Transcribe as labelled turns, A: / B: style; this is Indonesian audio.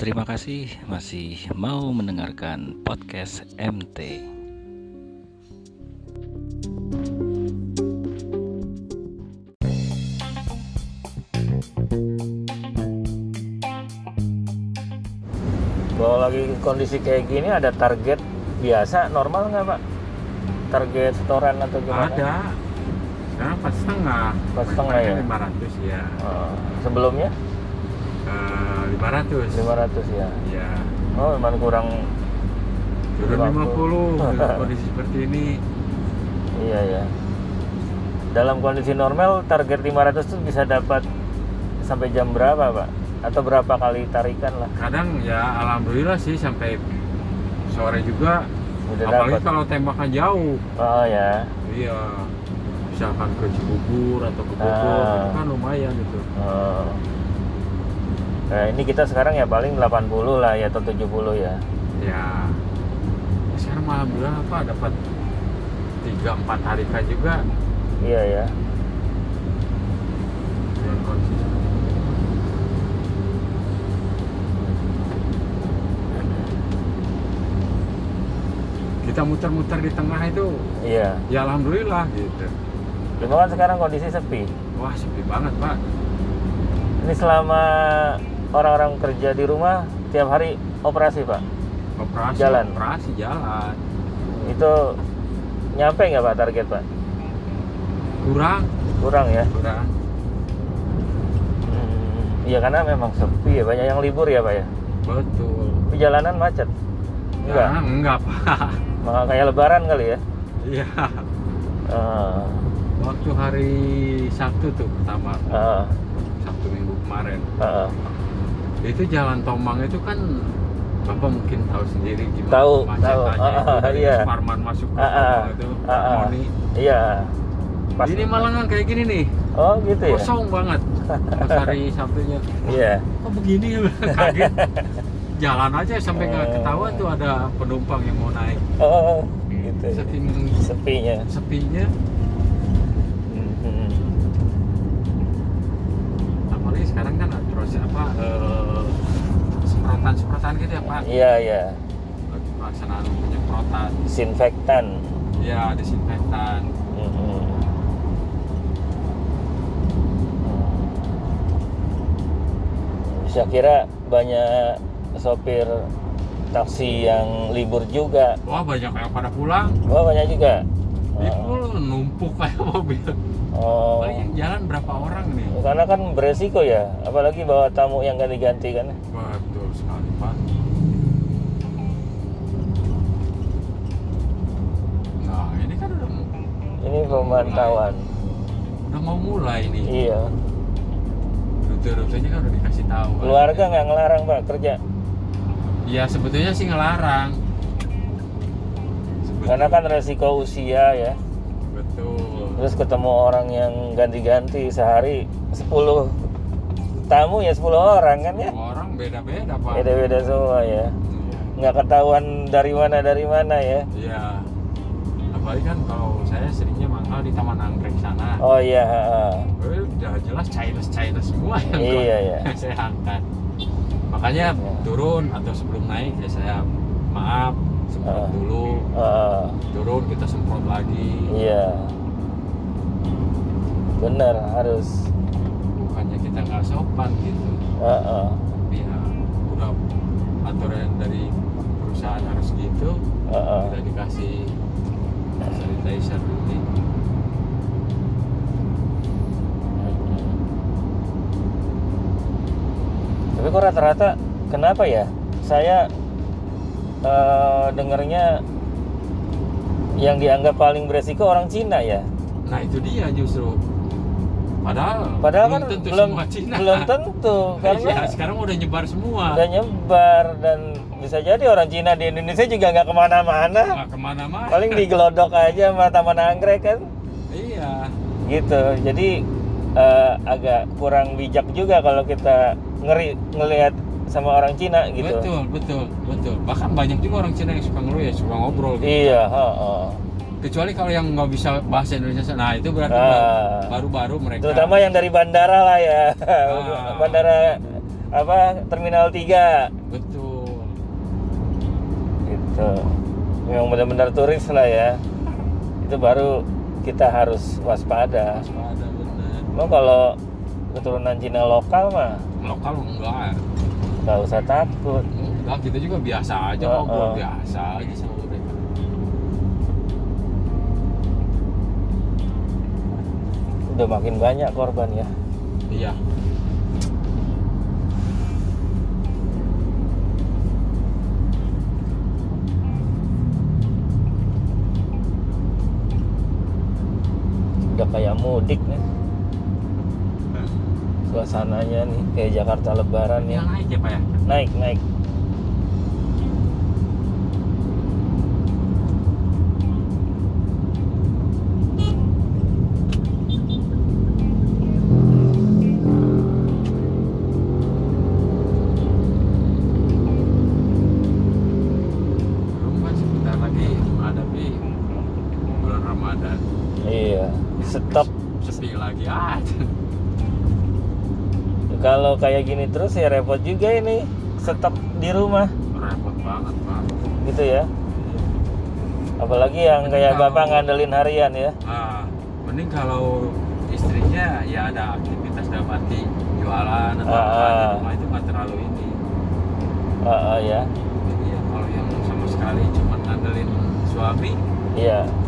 A: Terima kasih masih mau mendengarkan podcast MT.
B: Kalau lagi kondisi kayak gini ada target biasa normal nggak pak? Target setoran atau gimana?
C: Ada. Sekarang empat setengah.
B: Empat setengah ya?
C: Lima ratus ya. Eh,
B: Oh, sebelumnya
C: Lima ratus.
B: 500 ya.
C: Ya.
B: Oh memang kurang.
C: Turun
B: Waktu.
C: lima puluh. Kondisi seperti ini.
B: Iya ya. Dalam kondisi normal target 500 itu bisa dapat sampai jam berapa pak? Atau berapa kali tarikan lah?
C: Kadang ya alhamdulillah sih sampai sore juga.
B: Udah dapat.
C: apalagi kalau tembakan jauh.
B: Oh ya.
C: Iya. Misalkan ke Cibubur atau ke Bogor
B: Ah.
C: itu kan lumayan gitu.
B: Oh. Nah, ini kita sekarang ya paling 80 lah ya atau 70 ya.
C: Ya. ya sekarang alhamdulillah apa dapat tiga empat tarikan juga
B: Iya ya.
C: dengan kondisi kita muter-muter di tengah itu
B: Iya.
C: ya alhamdulillah gitu
B: Cuma kan sekarang kondisi sepi.
C: wah sepi banget pak
B: Ini selama orang-orang kerja di rumah tiap hari operasi pak.
C: operasi
B: Jalan.
C: operasi jalan
B: Itu nyampe nggak pak target pak?
C: kurang
B: Kurang ya.
C: kurang
B: Hmm, Iya karena memang sepi ya banyak yang libur ya pak ya.
C: betul
B: Tapi jalanan macet.
C: Ah,
B: Enggak.
C: enggak pak
B: Maka kayak Lebaran kali ya.
C: iya
B: Eh,
C: waktu hari Sabtu tuh pertama
B: eh,
C: Sabtu minggu kemarin
B: eh.
C: itu jalan Tomang itu kan bapak mungkin tahu sendiri gimana
B: Tahu, tahu.
C: macetannya itu
B: Ah, ah,
C: dari
B: iya.
C: Suparman masuk ke
B: Ah, ah,
C: Tomang itu
B: ah, ah.
C: Moni.
B: Iya. Pas-
C: ini malah nggak kayak gini nih
B: Oh gitu ya.
C: kosong banget pas hari Sabtunya
B: Iya.
C: kok begini kaget jalan aja sampai nggak
B: Oh.
C: ketahuan tuh ada penumpang yang mau naik
B: Oh gitu. ya.
C: saking
B: Sepinya.
C: sepinya
B: Hmm.
C: apalagi sekarang kan ada terus apa eh, semprotan-semprotan gitu ya pak
B: Iya iya.
C: pelaksanaan penyemprotan
B: Disinfektan.
C: ya disinfektan
B: Mhm. Saya kira banyak sopir taksi yang libur juga.
C: wah banyak yang pada pulang
B: Wah banyak juga.
C: Itu numpuk kayak mobil.
B: Oh.
C: Paling yang jalan berapa orang nih?
B: Oh. Karena kan beresiko ya, apalagi bawa tamu yang ganti-ganti kan.
C: Betul sekali Pak. Nah ini kan udah
B: Ini pemantauan.
C: udah mau mulai nih.
B: Iya.
C: Rute-rutenya kan udah dikasih tahu. kan.
B: Keluarga nggak ngelarang pak kerja,
C: Ya sebetulnya sih ngelarang. Sebetulnya.
B: karena kan resiko usia ya.
C: betul.
B: Terus ketemu orang yang ganti-ganti sehari 10 tamu ya 10 orang kan ya.
C: Semua orang beda-beda Pak.
B: Beda-beda semua ya.
C: Iya.
B: Nggak ketahuan dari mana dari mana ya.
C: Iya. Apalagi kan kalau saya seringnya mangkal di Taman Anggrek sana.
B: Oh iya, ha, ha.
C: Eh, udah jelas Chinese Chinese semua
B: Iya, iya.
C: yang saya angkat makanya
B: Iya.
C: turun atau sebelum naik ya saya maaf semprot
B: Ah.
C: dulu
B: Ha, ha.
C: turun kita semprot lagi
B: iya. Benar harus.
C: bukannya kita nggak sopan gitu
B: Ha, ha.
C: tapi ya udah aturan dari perusahaan harus gitu
B: Ha, ha.
C: kita dikasih sanitizer ini
B: Tapi kok rata-rata kenapa ya? Saya eh, dengarnya yang dianggap paling beresiko orang Cina ya.
C: nah itu dia justru padahal
B: Padahal kan
C: tentu
B: belum
C: semua Cina
B: belum tentu karena
C: Iya, sekarang udah nyebar semua
B: udah nyebar dan bisa jadi orang Cina di Indonesia juga nggak kemana-mana.
C: nggak kemana-mana
B: Paling digelodok aja sama taman anggrek kan,
C: iya
B: gitu. Jadi eh, agak kurang bijak juga kalau kita ngeri ngelihat sama orang Cina gitu.
C: betul betul betul bahkan banyak juga orang Cina yang suka ngeluh ya suka ngobrol gitu.
B: Iya, heeh.
C: kecuali kalau yang nggak bisa bahasa Indonesia nah itu berarti
B: Ah.
C: baru- baru-baru mereka
B: Terutama yang dari bandara lah ya.
C: Ah.
B: bandara apa terminal 3
C: betul
B: gitu yang benar-benar turis lah ya itu baru kita harus waspada
C: waspada bener
B: Emang kalau keturunan Cina lokal mah
C: lokal enggak
B: nggak usah takut
C: enggak kita juga biasa aja
B: Heeh.
C: ngobrol biasa aja sama mereka
B: udah makin banyak korban ya
C: iya
B: udah kayak mudik nih suasananya nih kayak Jakarta Lebaran ya
C: yang naik ya pak ya
B: naik naik
C: belum kan sebentar lagi menghadapi bulan ramadan
B: iya stop
C: sepi lagi Ah, aja
B: kalau kayak gini terus ya repot juga ini stop di rumah
C: repot banget pak
B: gitu ya apalagi yang kayak bapak ngandelin harian ya
C: Ah, mending kalau istrinya ya ada aktivitas dalam arti jualan atau
B: Ah,
C: apa di
B: ah.
C: rumah itu nggak terlalu ini
B: Ah, ah, ya
C: jadi ya kalau yang sama sekali cuma ngandelin suami
B: iya